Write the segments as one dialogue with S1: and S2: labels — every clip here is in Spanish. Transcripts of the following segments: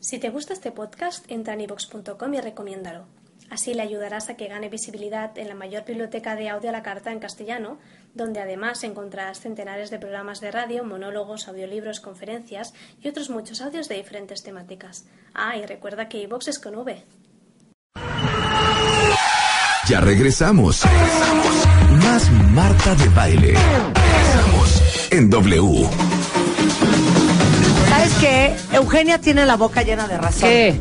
S1: Si te gusta este podcast, entra en ivox.com y recomiéndalo. Así le ayudarás a que gane visibilidad en la mayor biblioteca de audio a la carta en castellano, donde además encontrarás centenares de programas de radio, monólogos, audiolibros, conferencias y otros muchos audios de diferentes temáticas. Ah, y recuerda que iVox es con V.
S2: Ya regresamos. regresamos. Más Marta de Baile. Regresamos en W.
S3: ¿Sabes qué? Eugenia tiene la boca llena de razón.
S4: ¿Qué?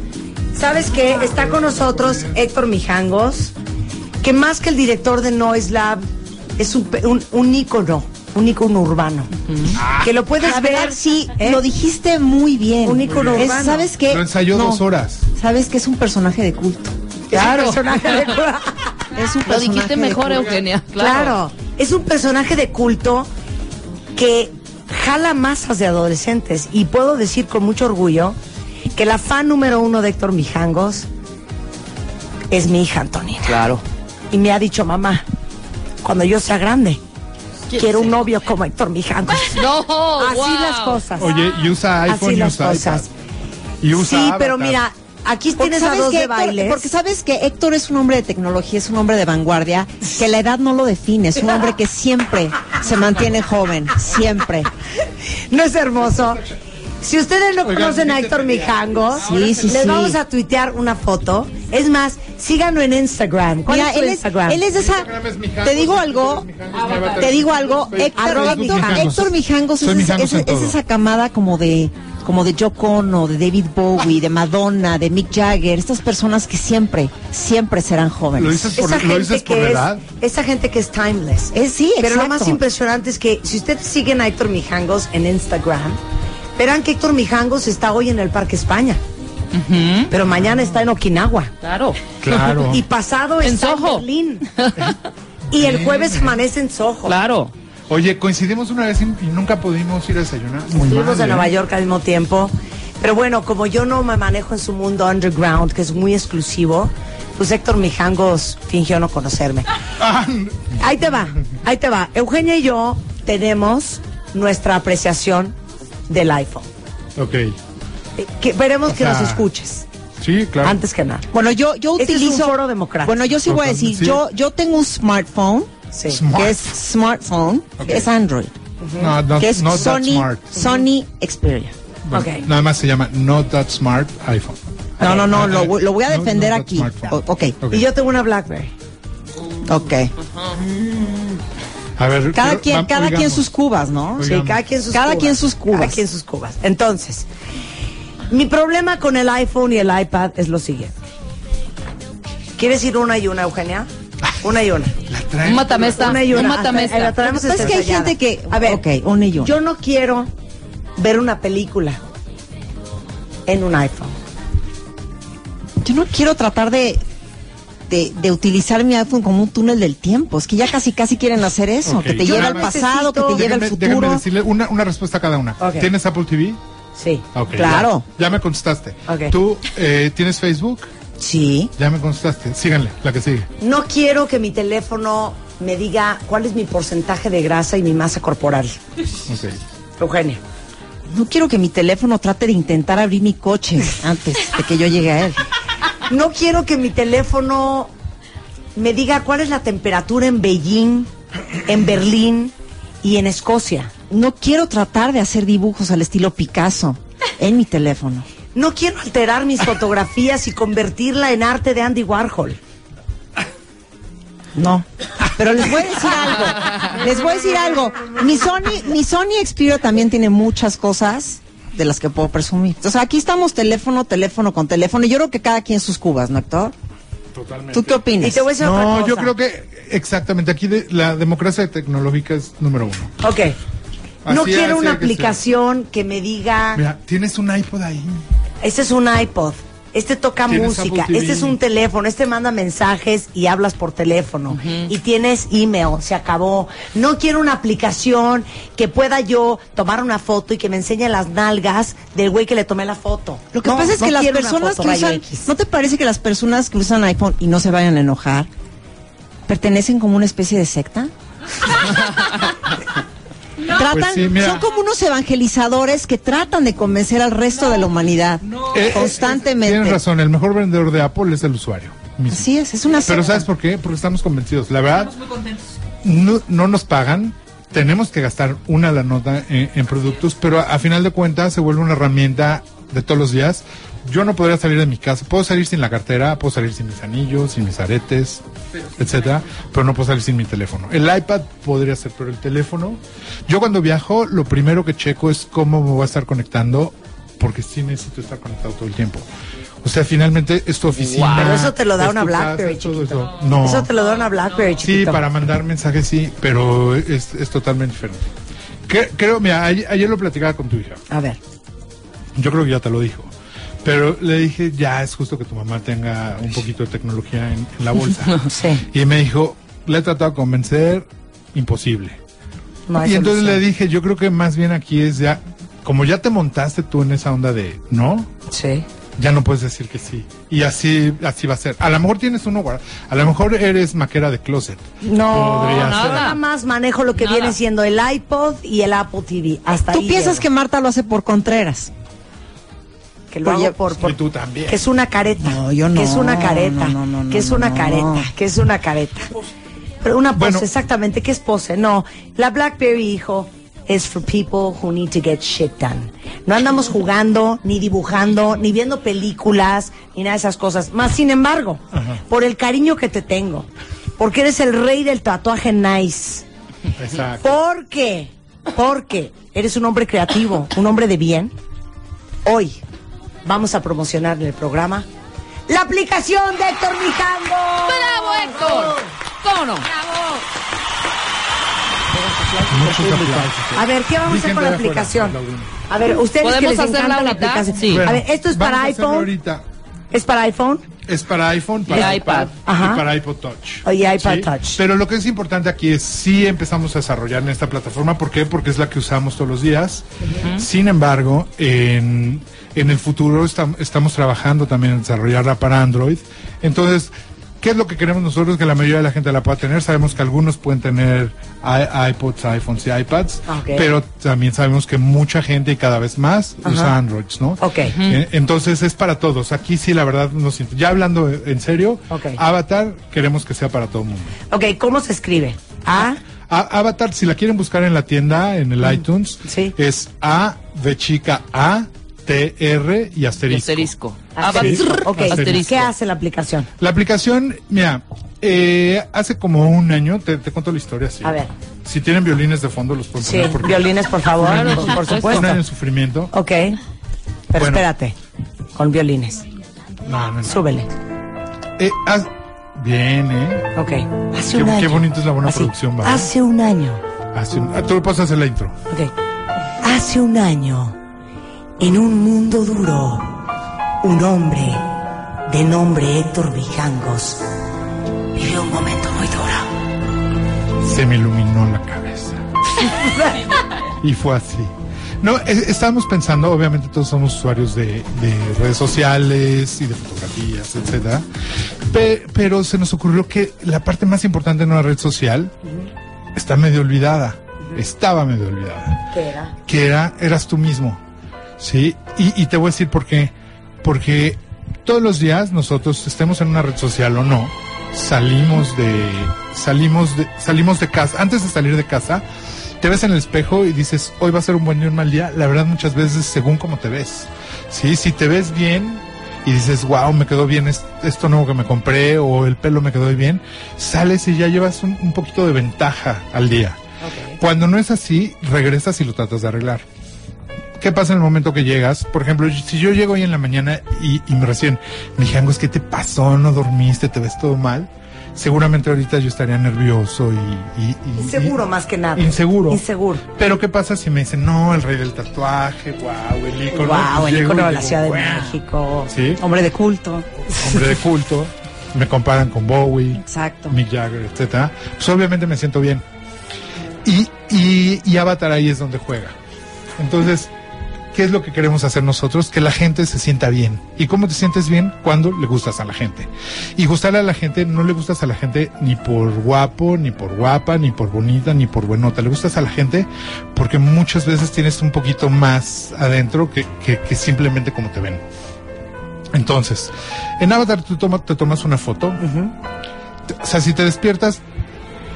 S3: ¿Sabes qué? Está con nosotros Héctor Mijangos, que más que el director de Noise Lab, es un, un, un ícono, un ícono urbano. Que lo puedes
S5: A
S3: ver,
S5: ver, sí,
S3: ¿eh?
S5: lo dijiste muy bien.
S3: Un ícono
S5: Es-
S3: urbano.
S5: ¿Sabes qué?
S6: Lo ensayó
S5: No,
S6: dos horas.
S5: Sabes que es un personaje de culto.
S3: claro. Es un personaje de,
S5: Es un
S4: Lo
S5: personaje
S4: dijiste
S5: de
S4: mejor,
S5: culto.
S4: Eugenia.
S5: Claro.
S3: es un personaje de culto que jala masas de adolescentes. Y puedo decir con mucho orgullo que la fan número uno de Héctor Mijangos es mi hija Antonina.
S4: Claro.
S3: Y me ha dicho, mamá, cuando yo sea grande, quiero un novio como Héctor Mijangos.
S4: No,
S3: Así
S4: wow.
S3: las cosas.
S6: Oye, y usa iPhone
S3: Así
S6: y
S3: las
S6: usa iPad.
S3: cosas.
S6: Y usa
S3: Sí,
S6: Avatar.
S3: pero mira, aquí
S5: Porque
S3: tienes a
S5: sabes,
S3: dos
S5: que
S3: de
S5: Héctor,
S3: bailes.
S5: porque sabes que Héctor es un hombre de tecnología, es un hombre de vanguardia, que la edad no lo define, es un hombre que siempre se mantiene joven, siempre.
S3: No es hermoso. Si ustedes no
S6: Oigan,
S3: conocen a
S6: ¿viste
S3: Héctor
S6: ese día?
S3: Mijangos,
S5: Sí, sí,
S3: les
S5: sí.
S3: vamos a tuitear una foto. Es más, síganlo en Instagram. ¿Cuál
S5: Mira,
S3: es tu
S5: él es,
S3: Instagram?
S5: él es de esa.
S6: Instagram es Mijangos,
S5: Te digo
S6: Twitter
S5: algo. ah,
S6: es Mijangos, Avatar
S5: Te
S6: es
S5: digo
S6: Mijangos,
S5: algo.
S6: Facebook
S5: Héctor,
S3: es
S5: Héctor-
S6: Mijangos.
S5: Héctor Mijangos
S6: Soy
S5: es,
S6: Mijangos
S5: es-
S6: en
S5: es
S6: todo.
S5: esa camada como de como de Joe Ono, de David Bowie, de Madonna, de Mick Jagger, estas personas que siempre, siempre serán jóvenes.
S6: Lo dices por,
S3: esa
S6: lo
S3: gente
S6: dices
S3: que
S6: por la
S3: es,
S6: edad.
S3: esa gente que es timeless.
S5: Eh, sí,
S3: Pero lo
S5: exacto.
S3: más impresionante es que si ustedes siguen a Héctor Mijangos en Instagram, verán que Héctor Mijangos está hoy en el Parque España, pero mañana está en Okinawa.
S4: Claro.
S6: Claro.
S3: Y pasado
S4: En
S3: está
S4: Soho.
S3: en Berlín. y el jueves amanece en Soho.
S4: Claro.
S6: Oye, coincidimos una vez y, y nunca pudimos ir a desayunar. Muy
S3: Estuvimos
S6: mal,
S3: en
S6: ¿eh?
S3: Nueva York al mismo tiempo. Pero bueno, como yo no me manejo en su mundo underground, que es muy exclusivo, pues Héctor Mijangos fingió no conocerme.
S6: Ah,
S3: Ahí te va, ahí te va. Eugenia y yo tenemos nuestra apreciación del iPhone.
S6: ok.
S3: Eh, Que veremos que
S6: sea,
S3: nos escuches,
S6: Sí, claro.
S3: antes que nada.
S5: Bueno, yo, yo
S3: Este es
S5: utilizo.
S3: un foro democrático.
S5: Bueno, yo sí voy a
S6: Totalmente,
S5: decir,
S6: sí.
S5: yo, yo tengo un smartphone,
S3: Sí.
S6: Smart.
S5: que es smartphone,
S6: Ok.
S5: que es Android,
S6: No, no,
S5: que es
S6: not that
S5: Sony,
S6: smart.
S5: Sony Xperia.
S6: Bueno,
S3: ok.
S6: Nada más se llama Not That Smart iPhone.
S5: No, no, no, lo, voy- lo voy a
S6: Ah, No, no,
S5: defender
S6: not
S5: aquí.
S6: smartphone.
S5: O- ok,
S6: Ok.
S3: Y yo tengo una BlackBerry.
S5: ok.
S6: A ver,
S5: Cada
S6: pero
S5: quien,
S6: va-
S5: cada quien
S6: oigamos.
S5: sus cubas, ¿no?
S6: Oigamos.
S3: Sí, cada quien sus
S5: Cada
S3: cubas.
S5: quien sus cubas.
S3: Cada quien sus cubas. Entonces, mi problema con el iPhone y el iPad es lo siguiente. ¿Quieres ir una y una, Eugenia? Una y una.
S6: La
S4: Un
S6: traen.
S4: matamesta.
S3: Una y
S4: Un
S3: una.
S4: matamesta.
S3: Ahí la traemos
S5: Lo que pasa Pues es que hay
S3: estrellada.
S5: gente que-
S3: A ver,
S5: ok, una y una.
S3: Yo no quiero ver una película en un iPhone.
S5: Yo no quiero tratar de, de, de utilizar mi iPhone como un túnel del tiempo. Es que ya casi, casi quieren hacer eso.
S6: Ok.
S5: Que te
S6: Yo
S5: lleve al
S6: nada más
S5: pasado, que te lleve
S6: Déjenme,
S5: al
S6: déjenme
S5: futuro.
S6: decirle una, una respuesta a cada una.
S3: Ok.
S6: ¿Tienes Apple TV?
S3: Sí.
S6: Ok,
S5: Claro.
S6: Ya, ya me contestaste.
S3: Ok.
S6: ¿Tú eh, tienes Facebook?
S5: Sí.
S6: Ya me contestaste. Síganle, la que sigue.
S3: No quiero que mi teléfono me diga cuál es mi porcentaje de grasa y mi masa corporal.
S6: Ok.
S3: Eugenia.
S5: No quiero que mi teléfono trate de intentar abrir mi coche antes de que yo llegue a él.
S3: No quiero que mi teléfono me diga cuál es la temperatura en Beijing, en Berlín y en Escocia.
S5: No quiero tratar de hacer dibujos al estilo Picasso en mi teléfono.
S3: No quiero alterar mis fotografías y convertirla en arte de Andy Warhol.
S5: No. Pero les voy a decir algo. Les voy a decir algo. Mi Sony, mi Sony Xperia también tiene muchas cosas de las que puedo presumir. Entonces aquí estamos teléfono, teléfono con teléfono. Yo creo que cada quien sus cubas, ¿no, Héctor?
S6: Totalmente.
S5: ¿Tú qué
S3: Y
S5: opinas?
S3: te voy a decir otra cosa.
S6: No, yo creo que exactamente. Aquí de- la democracia tecnológica es número uno.
S3: Ok. no
S6: Así
S3: quiero una
S6: es, tiene que ser.
S3: aplicación que me diga,
S6: Mira, tienes un iPod ahí.
S3: este es un iPod, este toca
S6: Tienes
S3: música,
S6: Apple TV.
S3: este es un teléfono, este manda mensajes y hablas por teléfono y tienes email, se acabó. No quiero una aplicación que pueda yo tomar una foto y que me enseñe las nalgas del güey que le tomé la foto.
S5: Lo que
S3: No,
S5: pasa es
S3: no
S5: que las
S3: quiero una
S5: personas
S3: foto
S5: que
S3: rayo
S5: usan,
S3: X.
S5: ¿no te parece que las personas que usan iPhone y no se vayan a enojar pertenecen como una especie de secta? Tratan,
S6: Pues sí, mira.
S5: son como unos evangelizadores que tratan de convencer al resto de la humanidad
S6: Eh, eh,
S5: constantemente.
S6: Tienes razón, el mejor vendedor de Apple es el usuario. mismo.
S5: Así es, es una
S6: Pero
S5: secta.
S6: ¿sabes por qué? Porque estamos convencidos. La verdad,
S4: Estamos muy contentos.
S6: no, no nos pagan, tenemos que gastar una la nota en, en productos, pero a, a final de cuentas se vuelve una herramienta de todos los días. Yo no podría salir de mi casa, puedo salir sin la cartera, puedo salir sin mis anillos, sin mis aretes, etcétera, pero no puedo salir sin mi teléfono. El iPad podría ser, pero el teléfono. Yo cuando viajo, lo primero que checo es cómo me voy a estar conectando, porque sí necesito estar conectado todo el tiempo. O sea, finalmente es tu oficina.
S3: Pero eso te lo da
S6: es
S3: una
S6: tu
S3: BlackBerry,
S6: es todo
S3: chiquito.
S6: eso. No.
S3: Eso te lo da una Blackberry,
S6: Sí,
S3: chiquito.
S6: para mandar mensajes sí, pero es, es totalmente diferente. Que- creo, mira, ay- ayer, lo platicaba con tu hija.
S3: A ver.
S6: Yo creo que ya te lo dijo. Pero le dije, ya es justo que tu mamá tenga un poquito de tecnología en, en la bolsa.
S3: Sí.
S6: Y me dijo, le he tratado de convencer, imposible.
S3: No hay
S6: y entonces
S3: solución.
S6: le dije, yo creo que más bien aquí es ya, como ya te montaste tú en esa onda de, ¿no?
S3: Sí.
S6: ya no puedes decir que sí. Y así, así va a ser. A lo mejor tienes uno guardado. A lo mejor eres maquera de closet.
S3: No,
S6: Podría
S3: nada.
S6: ser.
S3: más manejo lo que
S4: Nada.
S3: viene siendo el iPod y el Apple TV. Hasta
S5: Tú
S3: ahí
S5: piensas que
S3: llego.
S5: Marta lo hace por Contreras.
S3: que lo
S5: Oye,
S3: hago por, por-
S6: Y tú también.
S3: que es una careta,
S5: No, yo no,
S3: que es una careta,
S5: no, no, no,
S3: que es
S5: no,
S3: una
S5: no.
S3: careta, que es una careta. Pero una pose
S6: Bueno.
S3: exactamente, ¿qué es pose? No, la BlackBerry, hijo, es for people who need to get shit done. No andamos jugando, ni dibujando, ni viendo películas, ni nada de esas cosas. Más sin embargo, por el cariño que te tengo, porque eres el rey del tatuaje nice.
S6: Exacto.
S3: ¿Por qué? Porque eres un hombre creativo, un hombre de bien. Hoy vamos a promocionar en el programa la aplicación de Héctor Mijangos.
S4: ¡Bravo, Héctor! ¿Cómo no?
S6: Muchos aplausos.
S3: A ver, ¿qué vamos a hacer
S6: Dicen
S3: con la
S6: de afuera,
S3: aplicación?
S6: Laurina.
S3: A ver, ustedes que
S4: ¿Podemos
S3: les
S4: hacerla
S3: encanta la
S4: ahorita?
S3: aplicación.
S4: Sí.
S3: A ver, esto es para
S6: Vamos a hacerlo
S3: iPhone.
S6: ahorita.
S3: Es para iPhone.
S6: Es para iPhone, para
S4: Y
S6: iPad,
S4: iPad.
S3: Ajá.
S6: y para iPod Touch.
S3: Oh, y iPad Touch.
S6: Pero lo que es importante aquí es sí empezamos a desarrollar en esta plataforma. ¿Por qué? Porque es la que usamos todos los días. Sin embargo, en, en el futuro estam- estamos trabajando también en desarrollarla para Android. Entonces, ¿qué es lo que queremos nosotros? Que la mayoría de la gente la pueda tener. Sabemos que algunos pueden tener i- iPods, iPhones y iPads,
S3: Ok.
S6: pero también sabemos que mucha gente y cada vez más usa Androids, ¿no?
S3: Ok.
S6: Eh, Entonces es para todos. Aquí sí, la verdad, nos, int- ya hablando en serio,
S3: Ok.
S6: Avatar queremos que sea para todo el mundo.
S3: Ok, ¿cómo se escribe? A.
S6: A- Avatar, si la quieren buscar en la tienda, en el iTunes,
S3: Mm, Sí.
S6: es A de chica A, T, R y asterisco.
S4: Asterisco.
S3: Asterisco.
S4: Abatrr.
S3: Ok,
S6: Asterisco.
S3: ¿qué hace la aplicación?
S6: La aplicación, mira, eh, hace como un año, te, te cuento la historia así.
S3: A ver.
S6: Si tienen violines de fondo, los pueden
S3: Sí,
S6: poner porque
S3: violines, por favor,
S4: Claro,
S3: por- por
S4: por
S3: supuesto.
S6: ponen en sufrimiento.
S3: Ok, pero
S6: Bueno.
S3: espérate, con violines.
S6: No, no, no.
S3: Súbele.
S6: Eh, haz- Bien, ¿eh?
S3: Ok. Hace
S6: Qué,
S3: un año.
S6: qué bonito es la buena
S3: Así.
S6: producción, ¿va?
S3: Hace un año.
S6: Hace un- ah, Tú pasas hacer la intro.
S3: Ok. Hace un año, en un mundo duro, un hombre de nombre Héctor Vijangos vivió un momento muy duro.
S6: se me iluminó la cabeza. y fue así. No, es- estábamos pensando, obviamente todos somos usuarios de, de redes sociales y de fotografías, etcétera. Pe- pero se nos ocurrió que la parte más importante de una red social está medio olvidada. Estaba medio olvidada.
S3: ¿Qué era?
S6: Que era, eras tú mismo. Sí, y, y te voy a decir por qué. Porque todos los días nosotros estemos en una red social o no, salimos de salimos de salimos de casa, antes de salir de casa, te ves en el espejo y dices, "Hoy va a ser un buen día, un mal día." La verdad muchas veces según cómo te ves. Sí, si te ves bien y dices, "Wow, me quedó bien es- esto nuevo que me compré o el pelo me quedó bien." Sales y ya llevas un, un poquito de ventaja al día. Cuando no es así, regresas y lo tratas de arreglar. ¿Qué pasa en el momento que llegas? Por ejemplo, si yo llego hoy en la mañana y, y me recién me dijeron, es que te pasó, no dormiste, te ves todo mal. Seguramente ahorita yo estaría nervioso y... y- y-
S3: Inseguro
S6: y-
S3: más que nada.
S6: Inseguro.
S3: Inseguro.
S6: Pero ¿qué pasa si me dicen, no, el rey del tatuaje, wow, el ícono?
S3: Wow,
S6: Pues
S3: el
S6: llego
S3: icono
S6: y
S3: de la
S6: digo,
S3: Ciudad de
S6: "Wow,
S3: México.
S6: Sí,
S5: Hombre de culto.
S6: hombre de culto. Me comparan con Bowie.
S5: Exacto.
S6: Mick Jagger, etcétera, pues obviamente me siento bien. Y, y, y Avatar ahí es donde juega. Entonces, ¿Qué es lo que queremos hacer nosotros? Que la gente se sienta bien. ¿Y cómo te sientes bien? Cuando le gustas a la gente. Y gustarle a la gente, no le gustas a la gente ni por guapo, ni por guapa, ni por bonita, ni por buenota. Le gustas a la gente porque muchas veces tienes un poquito más adentro que, que, que simplemente como te ven. Entonces, en Avatar tú toma- te tomas una foto. Te- O sea, si te despiertas,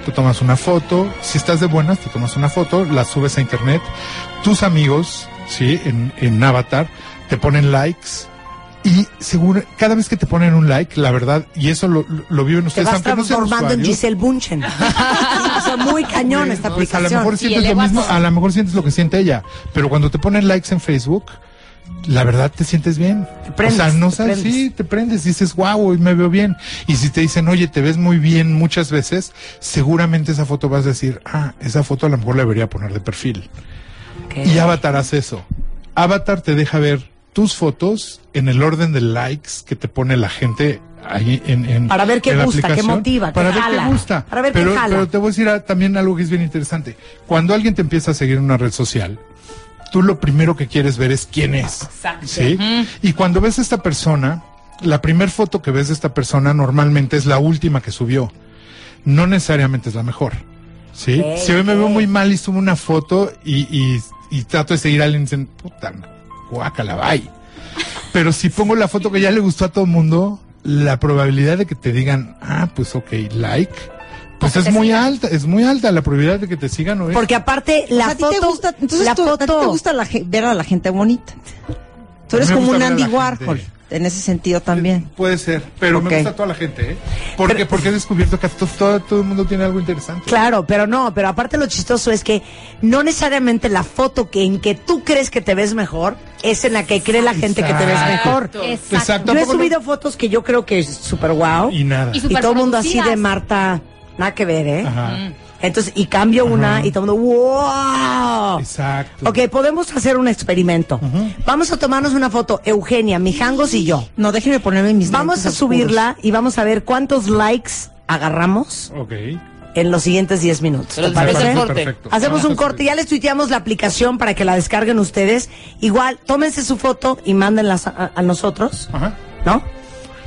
S6: te tomas una foto. Si estás de buenas, te tomas una foto, la subes a internet. Tus amigos, ¿sí? En, en Avatar, te ponen likes. Y seguro, cada vez que te ponen un like, la verdad, y eso lo, lo- lo viven
S3: Te
S6: ustedes,
S3: vas
S6: aunque no sean
S3: transformando en
S6: usuarios,
S3: Giselle Bunchen. o sea, muy cañón esta
S6: no, o sea, A lo
S3: aplicación.
S6: mejor sientes
S4: el
S6: lo
S4: ego
S6: mismo,
S4: azul.
S6: a lo mejor sientes lo que siente ella, pero cuando te ponen likes en Facebook, la verdad te sientes bien.
S3: Te prendes,
S6: o sea, no
S3: te
S6: sabes,
S3: prendes.
S6: sí, te prendes, dices, wow, hoy me veo bien. Y si te dicen, oye, te ves muy bien muchas veces, seguramente esa foto vas a decir, ah, esa foto a lo mejor la debería poner de perfil. Y Avatar hace eso. Avatar te deja ver tus fotos en el orden de likes que te pone la gente ahí en, en-
S3: Para ver qué
S6: en la
S3: gusta, qué
S6: aplicación.
S3: motiva, qué
S6: para ver
S3: jala,
S6: qué gusta
S3: para ver qué
S6: pero,
S3: jala.
S6: pero te voy a decir ah, también algo que es bien interesante cuando alguien te empieza a seguir en una red social tú lo primero que quieres ver es quién es ¿sí? y cuando ves a esta persona la primera foto que ves de esta persona normalmente es la última que subió no necesariamente es la mejor. ¿Sí?
S3: Ok,
S6: si hoy me
S3: ok.
S6: veo muy mal y subo una foto y, y- y trato de seguir a alguien, dicen, puta, guácala, bye. Pero si pongo la foto que ya le gustó a todo el mundo, la probabilidad de que te digan, ah, pues ok, like, pues es muy alta, es muy alta la probabilidad de que te sigan o es-
S3: Porque aparte, la
S5: O sea, a ti
S3: foto.
S5: te gusta, entonces
S3: la
S5: tú- a ti
S3: foto-
S5: te gusta la ge- ver a la gente bonita. Tú eres
S6: Me
S5: como
S6: gusta
S5: un
S6: ver a la
S5: Andy
S6: gente.
S5: Warhol, en ese sentido también.
S6: Puede ser, pero
S5: Ok.
S6: me gusta toda la gente, ¿eh? Porque, porque he descubierto que a to- todo, todo el mundo tiene algo interesante.
S3: Claro, pero no, pero aparte lo chistoso es que no necesariamente la foto que en que tú crees que te ves mejor es en la que cree la gente que te ves mejor.
S4: Exacto. Exacto.
S6: Exacto.
S3: Yo he
S6: Tampoco no-
S3: subido fotos que yo creo que es súper guau.
S6: Y nada.
S4: Y su-
S3: Y todo el mundo así
S4: Superproducidas.
S3: de Marta, nada que ver, ¿eh?
S6: Ajá.
S3: Entonces, y cambio una y todo el mundo, ¡wow!
S6: Exacto.
S3: Ok, podemos hacer un experimento. Vamos a tomarnos una foto, Eugenia, Mijangos y yo.
S5: No, déjenme ponerme mis
S3: Vamos
S5: lentes
S3: a
S5: oscuros.
S3: subirla y vamos a ver cuántos likes agarramos
S6: Ok.
S3: en los siguientes 10 minutos. ¿Te
S4: Pero
S6: Me
S4: después
S3: parece?
S4: del
S6: parece
S4: corte.
S6: perfecto.
S3: Hacemos
S6: Vamos
S3: un
S6: a
S3: corte, ya les tuiteamos la aplicación para que la descarguen ustedes. Igual, tómense su foto y mándenla a, a nosotros,
S6: Ajá.
S3: ¿no?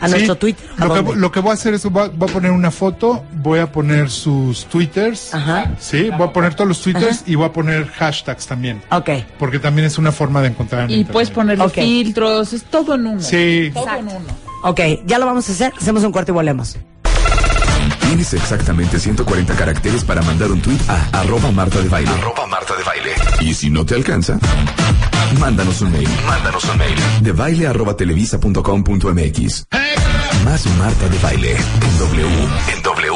S3: A
S6: Sí,
S3: nuestro Twitter. ¿a
S6: Lo que,
S3: dónde?
S6: lo que voy a hacer es, voy a, voy a poner una foto, voy a poner sus twitters,
S3: Ajá.
S6: sí, voy a poner todos los twitters y voy a poner hashtags también.
S3: Ok.
S6: Porque también es una forma de encontrar. en
S7: Y
S6: internet.
S7: puedes ponerle
S3: Ok.
S7: filtros, es todo en uno.
S6: Sí.
S7: Todo en uno.
S3: Ok, ya lo vamos a hacer. Hacemos un corte y volvemos.
S2: Tienes exactamente 140 caracteres para mandar un tweet a arroba Marta de Baile. Arroba Marta de Baile. Y si no te alcanza, mándanos un mail. Mándanos un mail. De baile arroba televisa.com.mx. Más Marta de Baile en W. En W.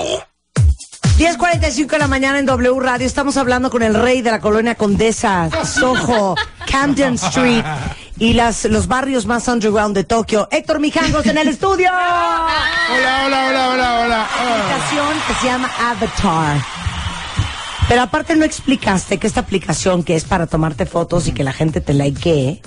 S3: 10.45 de la mañana en W Radio. Estamos hablando con el rey de la colonia Condesa, Soho, Camden Street y las, los barrios más underground de Tokio. Héctor Mijangos en el estudio.
S6: Hola, hola, hola, hola, hola. Ah.
S3: aplicación que se llama Avatar. Pero aparte no explicaste que esta aplicación que es para tomarte fotos y que la gente te likee,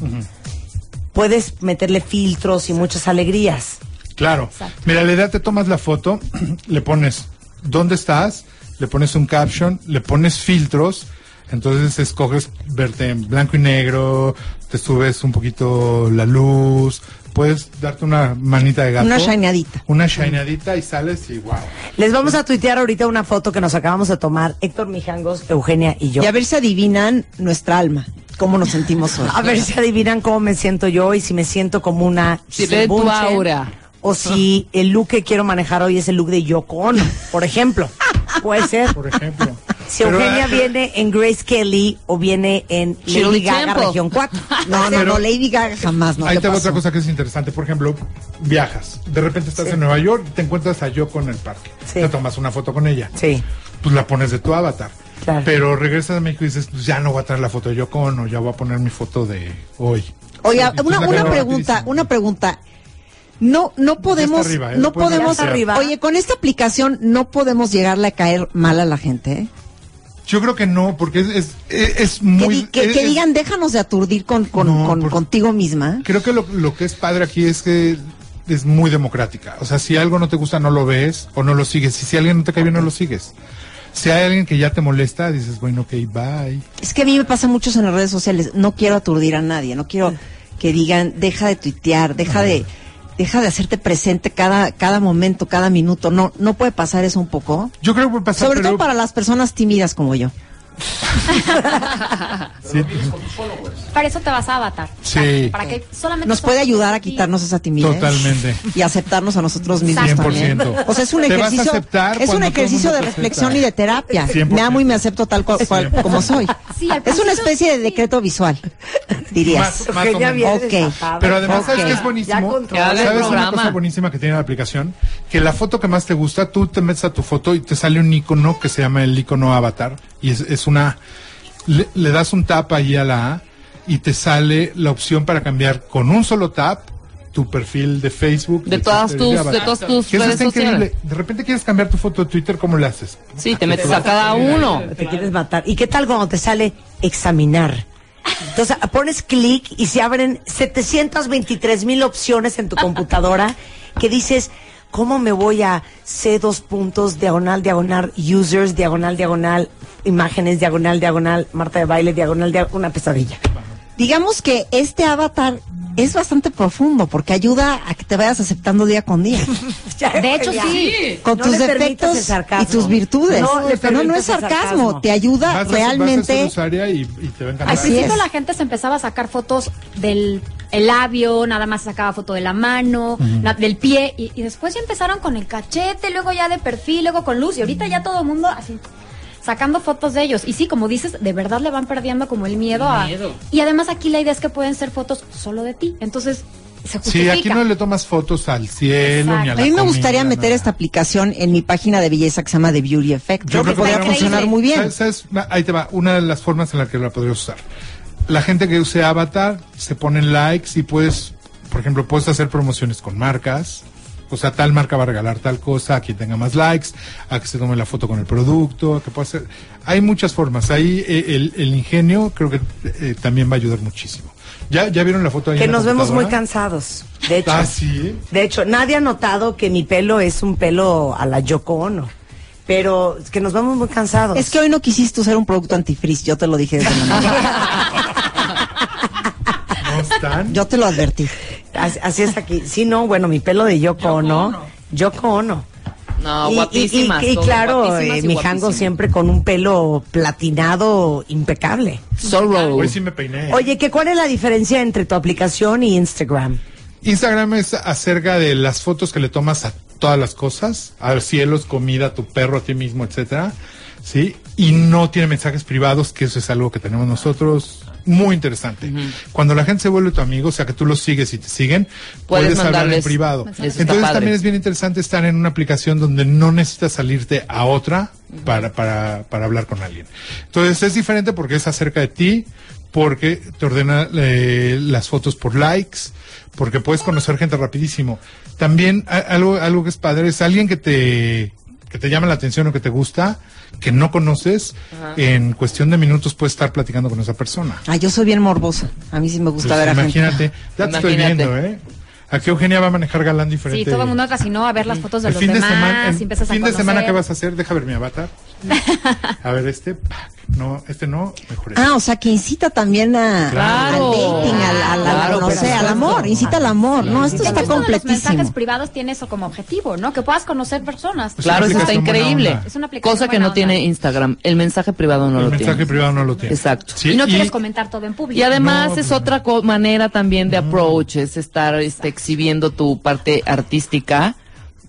S3: puedes meterle filtros y muchas alegrías.
S6: Claro. Mira, la idea te tomas la foto, le pones dónde estás, le pones un caption, le pones filtros, entonces escoges verte en blanco y negro, te subes un poquito la luz, puedes darte una manita de gato.
S5: Una shineadita.
S6: Una shineadita y sales y wow.
S3: Les vamos a tuitear ahorita una foto que nos acabamos de tomar, Héctor Mijangos, Eugenia y yo.
S5: Y a ver si adivinan nuestra alma, cómo nos sentimos hoy.
S3: A ver si adivinan cómo me siento yo y si me siento como una
S7: Si ve tu
S3: Bunchen,
S7: aura.
S3: O si el look que quiero manejar hoy es el look de Yoko Ono, por ejemplo. Puede ser.
S6: Por ejemplo.
S3: Si
S6: Pero,
S3: Eugenia
S6: ah,
S3: viene en Grace Kelly o viene en Lady
S7: Shirley
S3: Gaga
S7: Temple.
S3: Región 4.
S5: No, no,
S6: Pero-
S5: no, Lady Gaga jamás, no
S6: Ahí
S5: te
S6: te va
S5: paso.
S6: otra cosa que es interesante. Por ejemplo, viajas. De repente estás en Nueva York y te encuentras a Yoko en el parque.
S3: Sí.
S6: Te tomas una foto con ella.
S3: Sí.
S6: Pues la pones de tu avatar.
S3: Claro.
S6: Pero regresas a México y dices, pues ya no voy a traer la foto de Yoko Ono, ya voy a poner mi foto de hoy.
S5: Oye,
S6: Entonces,
S5: una,
S6: la
S5: una
S6: cara
S5: pregunta,
S6: rapidísimo.
S5: una pregunta. No, no podemos,
S6: arriba, ¿eh?
S5: no
S6: Pueden
S5: podemos,
S6: voltear.
S3: Arriba.
S5: oye, con esta aplicación no podemos llegarle a caer mal a la gente, ¿eh?
S6: Yo creo que no, porque es, es, es- es
S5: Que,
S6: muy...
S5: di- que-
S6: es-
S5: que
S6: es-
S5: digan, déjanos de aturdir con, con-
S6: No,
S5: con-
S6: por-
S5: contigo misma.
S6: Creo que lo, lo que es padre aquí es que es muy democrática. O sea, si algo no te gusta, no lo ves o no lo sigues. Y si alguien no te cae bien, no lo sigues. Si hay alguien que ya te molesta, dices, bueno, ok, bye.
S5: Es que a mí me pasa mucho eso en las redes sociales. No quiero aturdir a nadie, no quiero que digan, deja de tuitear, deja de, deja de hacerte presente cada, cada momento, cada minuto. No, no puede pasar eso un poco.
S6: Yo creo que puede pasar,
S5: Sobre
S6: pero-
S5: todo para las personas tímidas como yo.
S6: Sí,
S7: Para eso te vas a avatar.
S6: Sí.
S7: Para que solamente
S5: Nos
S7: son-
S5: puede ayudar a quitarnos esa timidez.
S6: Totalmente.
S5: Y aceptarnos a nosotros mismos
S6: 100%.
S5: también. O sea, es un
S6: Te vas a
S5: ejercicio,
S6: aceptar
S5: es un
S6: cuando todo el
S5: ejercicio
S6: mundo
S5: de
S6: te
S5: reflexión
S6: acepta.
S5: y de terapia.
S6: 100%.
S5: Me amo y me acepto tal cual, cual-
S6: 100%.
S5: como soy.
S7: Sí, al
S5: es una
S7: principio
S5: especie de
S7: sí.
S5: decreto visual, dirías.
S6: Más- más o menos.
S5: viene Ok.
S6: Pero además, ¿sabes
S5: Ok.
S6: qué es
S3: Ya
S6: buenísimo?
S3: controla.
S4: Ya del
S6: ¿Sabes una
S4: programa.
S6: cosa buenísima que tiene la aplicación? Que la foto que más te gusta, tú te metes a tu foto y te sale un icono que se llama el icono avatar. Y es, es una. Le, le das un tap ahí a la A y te sale la opción para cambiar con un solo tap tu perfil de Facebook.
S4: De todas
S6: Twitter y
S4: tus- de
S6: Avatar.
S4: todas tus
S6: Que eso
S4: redes
S6: está increíble. De repente quieres cambiar tu foto de Twitter, ¿cómo lo haces?
S4: Sí, te metes a cada uno.
S3: Te quieres matar. ¿Y qué tal cuando te sale examinar? Entonces pones clic y se abren 723 mil opciones en tu computadora que dices, ¿cómo me voy a C dos puntos, diagonal, diagonal, users, diagonal, diagonal, imágenes, diagonal, diagonal, Marta de baile, diagonal, diagonal, una pesadilla?
S5: Digamos que este avatar es bastante profundo porque ayuda a que te vayas aceptando día con día.
S7: De hecho, sí.
S5: Con
S3: No
S5: tus
S3: le permitas el
S5: defectos
S3: sarcasmo.
S5: y tus virtudes.
S3: No le
S5: no, no
S3: permitas
S5: es
S3: el
S5: sarcasmo,
S3: sarcasmo.
S5: te ayuda
S6: Vas a- Vas a ser
S5: realmente.
S6: usuaria y, y te va a encantar.
S7: Al
S5: Así
S7: principio
S5: es.
S7: la gente se empezaba a sacar fotos del el labio, nada más sacaba foto de la mano, na- del pie, y, y después ya empezaron con el cachete, luego ya de perfil, luego con luz, y ahorita ya todo el mundo así sacando fotos de ellos. Y sí, como dices, de verdad le van perdiendo como el miedo a...
S4: Miedo.
S7: Y además aquí la idea es que pueden ser fotos solo de ti, entonces se
S6: Sí,
S7: justifica.
S6: aquí no le tomas fotos al cielo ni a
S7: Exacto.
S6: la
S5: a mí me
S6: comida,
S5: gustaría meter
S6: nada.
S5: esta aplicación en mi página de belleza que se llama The Beauty Effect. Creo
S6: creo
S5: que
S6: que
S5: podría
S6: podríamos
S5: funcionar
S6: hacer-
S5: muy bien.
S6: ¿Sabes- sabes? Ma- Ahí te va, una de las formas en la que la podrías usar. La gente que use avatar se ponen likes y puedes, por ejemplo, puedes hacer promociones con marcas. O sea, tal marca va a regalar tal cosa a quien tenga más likes, a que se tome la foto con el producto, a que pueda hacer. Hay muchas formas. Ahí eh, el, el ingenio creo que eh, también va a ayudar muchísimo. ¿Ya, ya vieron la foto ahí?
S3: Que
S6: en la
S3: nos vemos muy
S6: computadora?
S3: cansados. De hecho,
S6: Ah, sí.
S3: De hecho, nadie ha notado que mi pelo es un pelo a la Yoko Ono. Pero es que nos vamos muy cansados.
S5: Es que hoy no quisiste usar un producto antifrizz, yo te lo dije desde la mañana.
S6: ¿No están?
S5: Yo te lo advertí.
S3: así, así es aquí. Sí, no, bueno, mi pelo de Yoko Ono. Yoko Ono.
S4: No,
S3: Y- y-
S4: guapísimas.
S3: Y, y
S4: todas,
S3: claro,
S4: guapísimas
S3: eh,
S4: y
S3: mi jango
S4: guapísimas.
S3: siempre con un pelo platinado impecable.
S4: Sorrow.
S6: Hoy sí me peiné.
S3: Oye, ¿qué, ¿cuál es la diferencia entre tu aplicación y Instagram?
S6: Instagram es acerca de las fotos que le tomas a todas las cosas, al cielo, comida, a tu perro, a ti mismo, etcétera, sí, y no tiene mensajes privados, que eso es algo que tenemos nosotros muy interesante. Cuando la gente se vuelve tu amigo, o sea que tú los sigues y te siguen,
S4: Puedes
S6: puedes, hablar en
S4: mandarles
S6: privado.
S4: mensajes. Eso está
S6: Entonces
S4: padre.
S6: también es bien interesante estar en una aplicación donde no necesitas salirte a otra para, para, para hablar con alguien. Entonces es diferente porque es acerca de ti, porque te ordena eh, las fotos por likes, porque puedes conocer gente rapidísimo. También a- algo, algo que es padre es alguien que te que te llama la atención o que te gusta, que no conoces, en cuestión de minutos puedes estar platicando con esa persona.
S5: Ah, yo soy bien morbosa. A mí sí me gusta
S6: Pues
S5: ver a
S6: imagínate,
S5: gente.
S6: ya te estoy
S4: Imagínate.
S6: viendo, ¿eh? Aquí Eugenia va a manejar galán diferente.
S7: Sí, todo el mundo fascinó a ver las fotos de
S6: El
S7: los
S6: fin de
S7: demás,
S6: semana, el
S7: y empiezas a
S6: fin de semana ¿qué
S7: conocer.
S6: vas a hacer? Deja ver mi avatar. A ver este, pac, no, este no, mejor este.
S5: Ah, o sea, que incita también a,
S4: Claro.
S5: al dating, al, al- al-
S4: Claro,
S5: no
S4: por
S5: sé, al
S4: supuesto.
S5: amor. Incita al amor. No, esto
S7: Incluso
S5: está
S7: uno de los mensajes
S5: completísimo.
S7: privados tiene eso como objetivo, ¿no? Que puedas conocer personas.
S6: Pues
S4: Claro,
S6: Es
S4: eso
S6: una
S4: está
S6: aplicación buena
S4: increíble.
S6: onda.
S7: Es una aplicación
S4: Cosa que
S7: buena
S4: no
S7: onda.
S4: tiene Instagram. El mensaje privado no
S6: el
S4: lo
S6: mensaje
S4: tiene.
S6: privado no lo tiene.
S4: Exacto.
S6: Sí,
S7: y no
S6: y-
S7: quieres comentar todo en público.
S4: Y además
S6: No,
S4: es
S6: pues,
S4: otra co- manera también de approach, es estar este, exhibiendo tu parte artística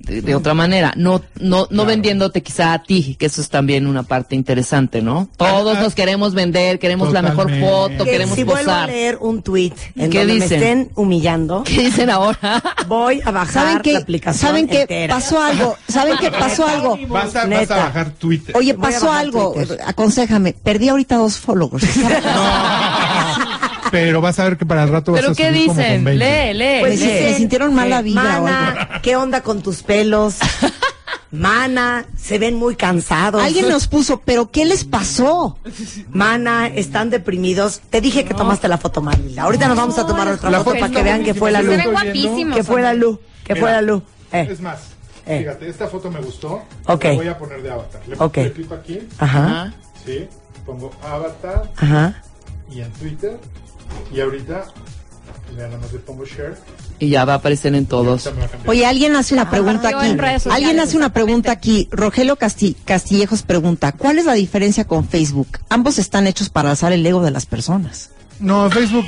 S4: de, de otra manera, no no no vendiéndote quizá a ti, que eso es también una parte interesante, ¿no? Todos
S6: Ah,
S4: nos queremos vender, queremos la
S6: totalmente.
S4: mejor foto,
S6: Que
S4: queremos
S3: si vuelvo a
S4: posar.
S3: leer un tweet en
S4: ¿Qué
S3: donde me
S4: dicen?
S3: estén humillando,
S4: ¿Qué dicen ahora?
S3: voy a bajar
S5: ¿Saben
S3: la
S5: qué?
S3: aplicación
S5: ¿Saben qué?
S3: entera.
S5: Pasó algo. ¿Saben qué? Pasó algo.
S6: Vas a, vas
S3: Neta.
S6: a bajar Twitter.
S5: Oye,
S3: Voy a
S5: pasó
S3: bajar
S5: algo.
S3: Twitter.
S5: Aconséjame. Perdí ahorita dos followers.
S6: Pero vas a ver que para el rato vas
S4: Pero
S6: a
S4: ¿qué
S6: subir como
S4: dicen?
S6: con 20.
S4: Lee, lee.
S5: Pues
S4: lee.
S5: dice- Me sintieron mal la vida o
S3: Mana, ¿qué onda con tus pelos? Mana, se ven muy cansados.
S5: Alguien nos puso, pero ¿qué les pasó?
S3: Mana, están deprimidos. Te dije que tomaste la foto, Marila. Ahorita nos vamos a tomar otra
S6: La
S3: foto
S6: foto
S3: para que
S6: está
S3: vean que fue la
S7: Se
S3: luz.
S6: buenísima.
S7: ven
S6: Estoy viendo.
S7: guapísimos.
S3: Que fue la luz. Que
S6: Mira,
S3: fue la luz. Eh,
S6: Es más,
S3: Eh.
S6: Fíjate, esta foto me gustó.
S3: Ok.
S6: La voy a poner de avatar. Le,
S3: Ok.
S6: le pico aquí,
S3: Ajá.
S4: Ajá.
S6: sí, pongo avatar
S3: Ajá.
S6: y en Twitter. Y ahorita, mira, nada más le pongo share.
S4: Y ya va a aparecer en todos.
S6: Ahorita me va a cambiar.
S5: Oye, alguien hace una pregunta
S7: yo
S5: aquí.
S7: en redes sociales,
S5: Alguien hace una pregunta aquí. Rogelio Casti- Castillejos pregunta, ¿cuál es la diferencia con Facebook? Ambos están hechos para alzar el ego de las personas.
S6: No, Facebook.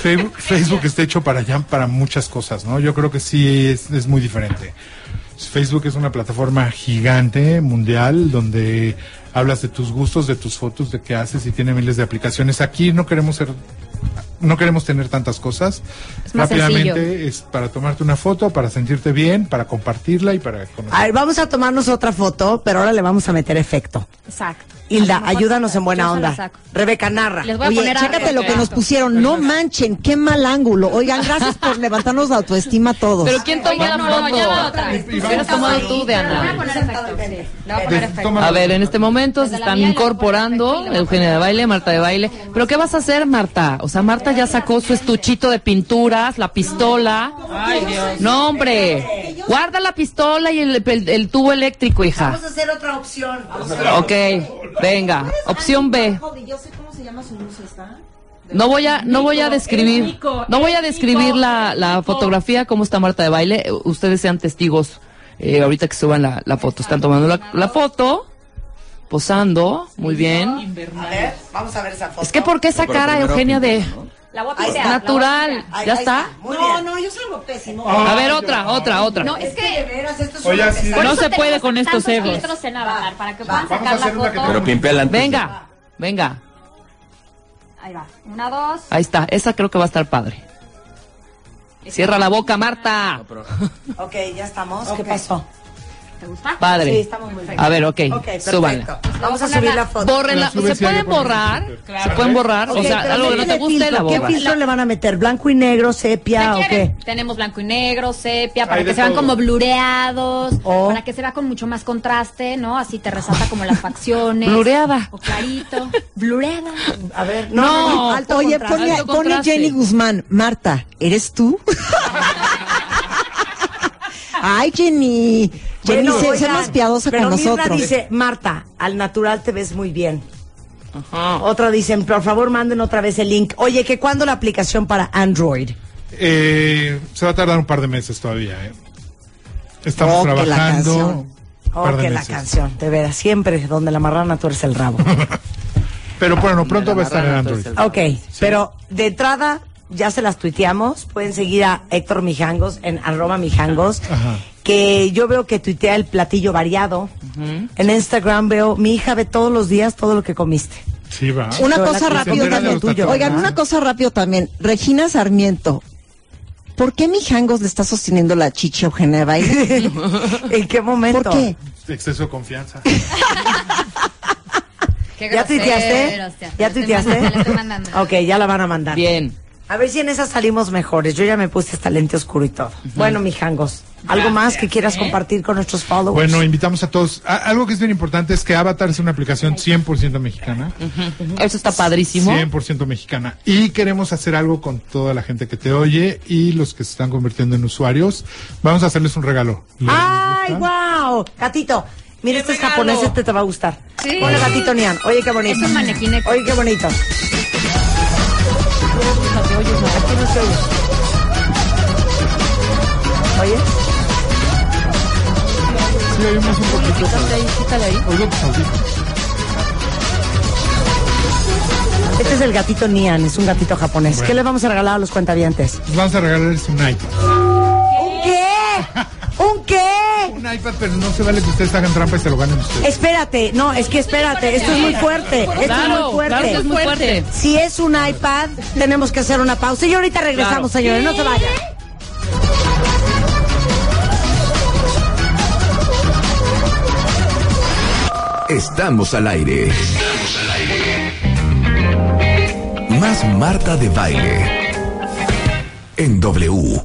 S6: Facebook, Facebook está hecho para allá, para muchas cosas, ¿no? Yo creo que sí es, es muy diferente. Facebook es una plataforma gigante, mundial, donde hablas de tus gustos, de tus fotos, de qué haces y tiene miles de aplicaciones. Aquí no queremos ser, no queremos tener tantas cosas.
S7: Es más
S6: Rápidamente
S7: sencillo.
S6: es para tomarte una foto, para sentirte bien, para compartirla y para conocer.
S3: A ver, vamos a tomarnos otra foto, pero ahora le vamos a meter efecto.
S7: Exacto. A
S3: Hilda,
S7: lo mejor
S3: ayúdanos
S7: saca.
S3: en buena
S7: Yo se la
S3: onda.
S7: saco.
S3: Rebeca narra.
S7: Les voy a
S5: Oye,
S7: poner
S5: chécate
S7: arte,
S5: lo que
S7: exacto.
S5: nos pusieron. No manchen, qué mal ángulo. Oigan, gracias por levantarnos la autoestima a todos.
S4: Pero ¿quién tomó
S7: Oiga,
S4: la
S7: no, ya la
S4: foto?
S7: otra.
S4: Hubieras tomado tú de
S7: Pero le voy a
S4: Ana.
S7: poner efecto, sí. Le voy a
S6: Des-
S7: poner efecto.
S6: toma-
S4: A ver, en este momento se
S7: Desde la
S4: están
S7: mía,
S4: incorporando Eugenia de baile, Marta de baile. Pero ¿qué vas a hacer, Marta? O sea, Marta ya sacó su estuchito de pinturas, la pistola. Ay, Dios. No, hombre. Guarda la pistola y el, el- el tubo eléctrico, hija.
S3: a hacer otra opción.
S4: Ok, venga. Opción B.
S5: Yo sé cómo se llama su música.
S4: No voy a, no voy a describir, no voy a describir la, la fotografía cómo está Marta de baile. Eh, Ustedes sean testigos eh, ahorita que suban la, la foto. Están tomando la, la foto, posando, muy bien.
S3: A ver, vamos a ver esa foto.
S4: Es que por qué esa cara, Eugenia de
S7: La voy a
S3: Ahí
S7: poner.
S3: está.
S4: natural,
S3: Ahí-
S4: ya
S3: ahí
S4: está. Ah.
S3: Muy no, no, yo salgo pésimo.
S4: A ver otra, otra, otra.
S7: No, es
S3: De
S7: que
S3: veras, esto es
S6: Oye,
S3: una
S6: así-
S3: pesadilla.
S7: por
S8: No
S7: eso
S8: se puede
S7: tenemos
S8: con estos
S7: tantos
S8: egos.
S7: filtros en Avatar para que puedan
S6: Vamos a
S7: sacar la
S6: hacer una que
S7: foto.
S8: Pero pimpela antes.
S4: Venga, venga.
S7: Ahí va. Una, dos.
S4: Ahí está. Esa creo que va a estar padre. Cierra la boca, Marta.
S3: Ok, ya estamos. ¿Qué pasó?
S7: ¿Te gusta?
S3: Sí,
S4: Padre.
S3: estamos muy bien.
S4: A ver, ok.
S3: Ok, perfecto.
S4: Súbanla.
S3: Vamos a subir la foto.
S4: Bórrenla.
S6: La subes
S4: Se
S6: y ya
S4: pueden
S6: le pones
S4: borrar.
S6: filtro.
S4: Se pueden borrar. O
S3: Ok,
S4: sea,
S3: pero
S4: algo que no te
S3: métele
S4: guste, la
S3: filtro. ¿Qué
S4: borras.
S3: filtro le van a meter? ¿Blanco y negro, sepia o
S7: ¿Qué
S3: qué?
S7: quieren? Tenemos blanco y negro, sepia, para
S6: Hay
S7: que
S6: de
S7: se vean
S6: todo.
S7: como blureados,
S3: Oh.
S7: para que se vea con mucho más contraste, ¿no? Así te resalta como las facciones.
S4: Blureada.
S7: O clarito. Blureada.
S3: A ver,
S4: No,
S3: alto
S5: Oye,
S3: contraste.
S5: ponle,
S4: alto
S5: ponle
S4: contraste.
S5: Jenny Guzmán. Marta, ¿eres tú? Ay, Jenny. Jenny,
S3: Bueno,
S5: sé, sé
S3: oigan,
S5: más piadosa
S3: pero
S5: con
S3: Mirna
S5: nosotros.
S3: dice, Marta, al natural te ves muy bien. Otra dicen, por favor, manden otra vez el link. Oye, que cuándo la aplicación para Android?
S6: Eh, se va a tardar un par de meses todavía. ¿eh? Estamos
S5: Oh, que la
S6: trabajando.
S5: canción.
S6: un
S3: Oh,
S6: par de
S3: que la
S6: meses.
S3: canción, de veras, siempre donde la marrana tuerce el rabo.
S6: Pero bueno, pronto
S4: la
S6: va a estar en
S4: marrana,
S6: Android.
S4: entonces,
S3: ok, pero de entrada ya se las tuiteamos, pueden seguir a Héctor Mijangos en arroba Mijangos,
S6: Ajá.
S3: que yo veo que tuitea el platillo variado. En Instagram veo, mi hija ve todos los días todo lo que comiste.
S6: Sí, va.
S5: Una
S3: Ah, Pero
S5: cosa
S3: la
S5: rápido
S6: cuestión era
S5: también.
S6: de los tatuajes.
S5: Oigan, una cosa rápido también. Regina Sarmiento. ¿Por qué Mijangos le está sosteniendo la chicha a Eugenia de Baile?
S3: ¿En qué momento?
S5: ¿Por qué?
S6: Exceso de confianza.
S7: Qué
S3: ¿Ya tuiteaste?
S7: grosero, hostia.
S3: ¿Ya
S7: Le estoy
S3: tuiteaste?
S7: mandando, le estoy mandando.
S3: Ok, ya la van a mandar.
S4: Bien.
S3: A ver si en esas salimos mejores. Yo ya me puse hasta lente oscuro y todo. Bueno, mijangos, ¿algo más que quieras compartir con nuestros followers?
S6: Bueno, invitamos a todos. A- algo que es bien importante es que Avatar es una aplicación 100% mexicana.
S4: Eso está padrísimo.
S6: 100% mexicana. Y queremos hacer algo con toda la gente que te oye y los que se están convirtiendo en usuarios. Vamos a hacerles un regalo. ¿Les
S3: ¡Ay,
S6: gusta?
S3: wow! Gatito, mira, este es japonés, este te va a gustar.
S7: Sí.
S3: Hola, gatito Nian. Oye, qué bonito.
S7: Es un manequín de-
S3: Oye, qué bonito. Aquí no se oye. Oye,
S6: Sí, oímos un poquito. pues, Oigo tus audífonos.
S3: este es el gatito Nian, es un gatito japonés.
S6: Bueno.
S3: ¿Qué le vamos a regalar a los cuentavientes?
S6: Les Vamos a regalarles un iPad.
S3: ¿Un qué? ¿Un qué?
S6: Un iPad, pero no se vale que ustedes hagan trampa y se lo ganen ustedes.
S3: Espérate, no, es que espérate, esto es muy fuerte, esto es muy
S4: Claro,
S3: fuerte.
S4: claro que es muy fuerte.
S3: Si es un iPad, tenemos que hacer una pausa. Y ahorita regresamos, señores, no se vayan.
S2: Estamos al aire. Más Marta de baile. En W.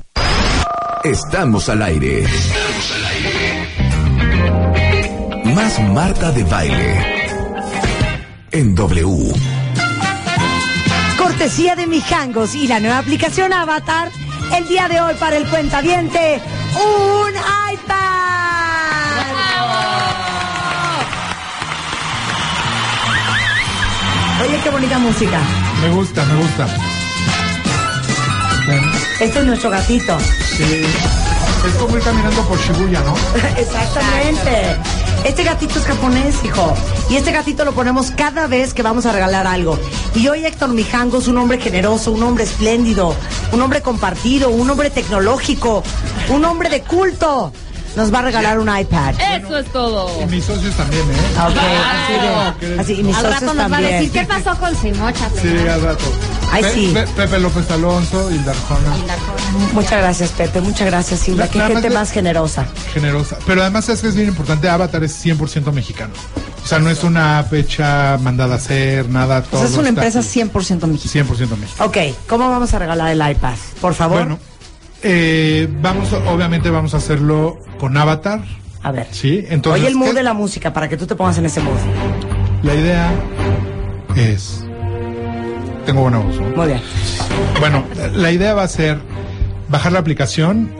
S2: Estamos al aire. Más Marta de baile. En W.
S3: Cortesía de Mijangos y la nueva aplicación Avatar, el día de hoy para el cuentaviente, un iPad. Oye, qué bonita música.
S6: Me gusta, me gusta.
S3: Este es nuestro gatito.
S6: Sí. Es como ir caminando por Shibuya, ¿no?
S3: Exactamente. Este gatito es japonés, hijo. Y este gatito lo ponemos cada vez que vamos a regalar algo. Y hoy Héctor Mijango es un hombre generoso, un hombre espléndido, un hombre compartido, un hombre tecnológico, un hombre de culto. Nos va a regalar un iPad.
S7: Eso es todo.
S6: Y mis socios también, ¿eh?
S3: Ah, ok, así de- así, y mis
S7: Al rato
S3: socios
S7: nos va a
S3: también.
S7: decir qué pasó con Simocha.
S6: Sí, al rato.
S3: Ay,
S6: Pe-
S3: sí.
S6: Pe- Pepe López Alonso y Darjona.
S3: Muchas gracias, Pepe. Muchas gracias, Silvia.
S6: La-
S3: Qué
S6: la
S3: gente
S6: más de-
S3: más generosa.
S6: generosa. Pero además es que es bien importante, Avatar es 100% mexicano. O sea, no es una app hecha, mandada a hacer, nada,
S5: O
S6: todo.
S5: sea, es una
S6: está
S5: empresa
S6: aquí.
S5: 100% mexicana.
S6: 100% mexicana.
S3: Ok, ¿cómo vamos a regalar el iPad? Por favor.
S6: Bueno, eh, vamos, obviamente vamos a hacerlo con Avatar,
S3: a ver.
S6: ¿sí? Entonces,
S3: Oye, el mood
S6: ¿qué?
S3: de la música para que tú te pongas en ese mood.
S6: la idea es... Tengo buena voz, ¿no?
S3: Muy bien.
S6: Bueno, la idea va a ser bajar la aplicación.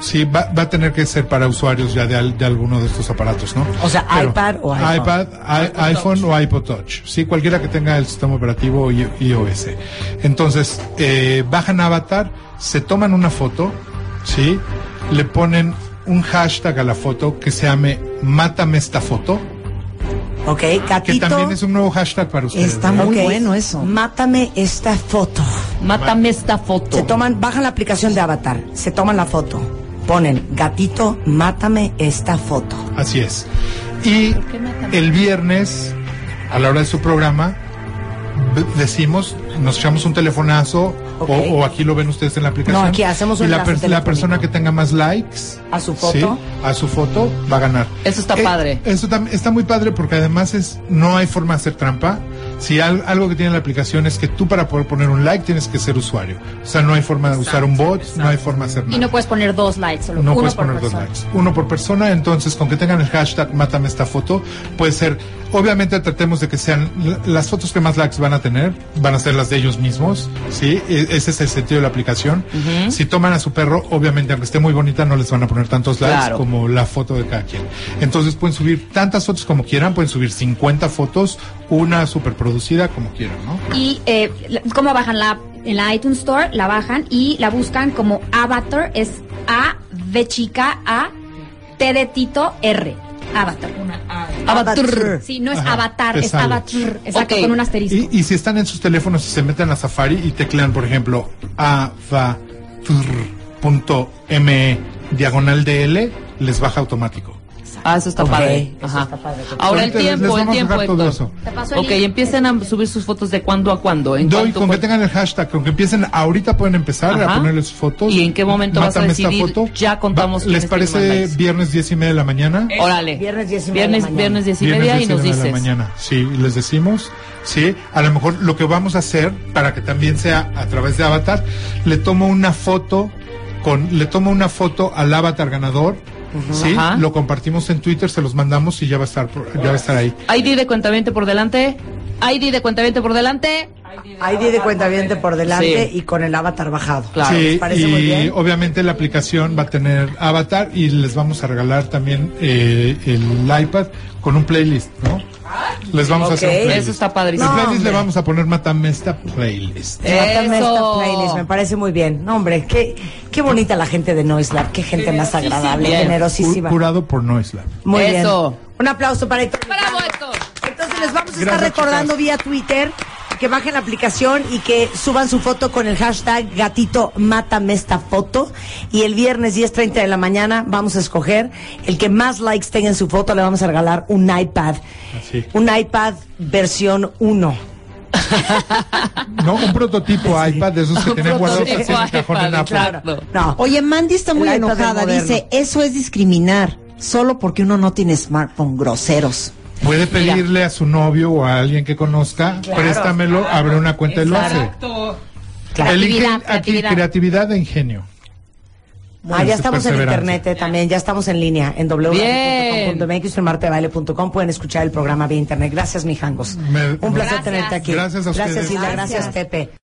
S6: Sí, va, va a tener que ser para usuarios ya de, al- de alguno de estos aparatos, ¿no?
S3: O sea, iPad o iPhone.
S6: iPad, i- iPhone o iPod Touch. Sí, cualquiera que tenga el sistema operativo i- iOS. Entonces, eh, bajan Avatar, se toman una foto, ¿sí? Le ponen un hashtag a la foto que se llame Mátame esta foto,
S3: Ok,
S6: que
S3: Catito.
S6: también es un nuevo hashtag para ustedes.
S5: Está
S6: ¿eh?
S5: muy
S3: ok.
S5: bueno eso.
S3: Mátame esta foto.
S4: Mátame esta foto.
S3: Se toman, bajan la aplicación de Avatar, se toman la foto. Ponen, gatito, mátame esta foto.
S6: Así es. Y el viernes, a la hora de su programa, b- decimos, nos echamos un telefonazo,
S3: Ok.
S6: o, o aquí lo ven ustedes en la aplicación.
S3: No, aquí hacemos un
S6: Y la,
S3: enlace
S6: la
S3: telefónico.
S6: persona que tenga más likes
S3: A su foto.
S6: sí, a su foto, va a ganar. Eh,
S4: Eso está padre.
S6: Eso tam- está muy padre porque además es no hay forma de hacer trampa. Si al- algo que tiene la aplicación es que tú para poder poner un like tienes que ser usuario. O sea, no hay forma de usar un bot, no hay forma de hacer nada.
S7: Y no puedes poner dos likes, solo
S6: No
S7: uno
S6: puedes
S7: por
S6: poner dos
S7: persona.
S6: likes. Uno por persona, entonces con que tengan el hashtag Mátame esta foto, puede ser, obviamente tratemos de que sean l- las fotos que más likes van a tener, van a ser las de ellos mismos, ¿sí? E- Ese es el sentido de la aplicación. Si toman a su perro, obviamente aunque esté muy bonita, no les van a poner tantos likes
S4: Claro.
S6: como la foto de cada quien. Entonces pueden subir tantas fotos como quieran, pueden subir 50 fotos, una super producida como quieran, ¿no?
S7: Y eh, la- cómo bajan la app? en la iTunes Store, la bajan y la buscan como Avatar, es A de chica A T de Tito R. Avatar.
S3: Avatar.
S7: Sí, no es
S6: Ajá,
S7: avatar,
S6: te
S7: es
S6: sale.
S7: avatar. Exacto,
S4: Ok.
S7: con un asterisco.
S6: Y, y si están en sus teléfonos y se meten a Safari y teclean, por ejemplo, avatar.me E diagonal DL, les baja automático.
S4: Ah, eso está
S3: Ok,
S4: padre.
S3: eso
S4: Ajá.
S3: está padre.
S4: Ahora el
S6: Ahorita les- les
S4: tiempo, el
S6: vamos a
S4: tiempo,
S6: dejar todo
S4: Héctor.
S6: eso.
S7: Te paso el
S4: Ok,
S7: link.
S4: empiecen a subir sus fotos de cuándo a cuándo. ¿En
S6: Doy,
S4: cuánto
S6: con que
S4: fue?
S6: tengan el hashtag, con que empiecen ahorita pueden empezar
S4: Ajá.
S6: a ponerle sus fotos.
S4: ¿Y en qué momento vas a
S6: Mátame esta
S4: decidir? Ya contamos
S6: Va- ¿Les
S4: quiénes tienen más
S6: parece
S4: likes.
S6: viernes 10 y media de la mañana?
S4: Órale.
S3: Viernes diez y media de la
S4: Viernes,
S3: mañana.
S4: viernes diez y
S6: Viernes
S4: media y
S6: 10
S4: nos
S6: de la
S4: dices.
S6: mañana. Sí, les decimos. Sí, a lo mejor lo que vamos a hacer para que también sea a través de avatar, le tomo una foto con le tomo una foto al avatar ganador. Sí,
S4: Ajá.
S6: lo compartimos en Twitter, se los mandamos y ya va a estar por- ya va a estar ahí.
S4: ID de cuentaviente por delante. ID de cuentaviente por delante.
S3: ID de cuenta por delante y con el avatar bajado.
S4: Claro.
S6: Sí,
S3: ¿les parece
S6: y
S3: muy bien?
S6: obviamente la aplicación va a tener avatar y les vamos a regalar también eh, el iPad con un playlist, ¿no? Les vamos a hacer
S3: Ok.
S6: un playlist.
S4: Eso está padrísimo.
S6: El
S3: No,
S6: playlist
S3: hombre.
S6: le vamos a poner Matame esta playlist.
S3: Mátame
S4: Eso.
S3: esta playlist, me parece muy bien. No, hombre, qué, qué bonita la gente de Noislab, qué gente más agradable,
S4: Bien.
S3: generosísima.
S6: Cu- Curado por Noisla.
S3: Muy
S4: Eso.
S3: bien. Un aplauso para Héctor.
S4: Bravo,
S3: Picado.
S4: Héctor.
S3: Entonces les vamos a estar
S6: Gracias,
S3: recordando
S6: chicas.
S3: vía Twitter que bajen la aplicación y que suban su foto con el hashtag gatito mátame esta foto y el viernes 10.30 de la mañana vamos a escoger el que más likes tenga en su foto le vamos a regalar un iPad
S6: Así.
S3: un iPad versión 1
S6: No, un prototipo iPad de esos que tienen guardados así en el
S4: prototipo
S6: cajón en
S4: iPad,
S6: Apple.
S4: exacto.
S3: no
S5: Oye, Mandy está muy
S3: El iPad
S5: enojada.
S3: moderno.
S5: Dice, eso es discriminar. Solo porque uno no tiene smartphone, groseros.
S6: Puede pedirle a su novio o a alguien que conozca, préstamelo, abre una cuenta y lo hace.
S3: Claro.
S6: Elige
S7: Creatividad,
S6: aquí
S7: creatividad.
S6: creatividad e ingenio.
S3: Ah, ya
S6: Bueno,
S3: estamos en
S6: perseverancia.
S3: internet eh, también, ya estamos en línea en
S4: Bien.
S3: www.com.mx y en martadebaile.com pueden escuchar el programa vía internet. Gracias, mijangos.
S6: Me-
S3: Un placer
S6: Gracias.
S3: tenerte aquí.
S6: Gracias a ustedes.
S3: Gracias, Hilda. Gracias, Pepe.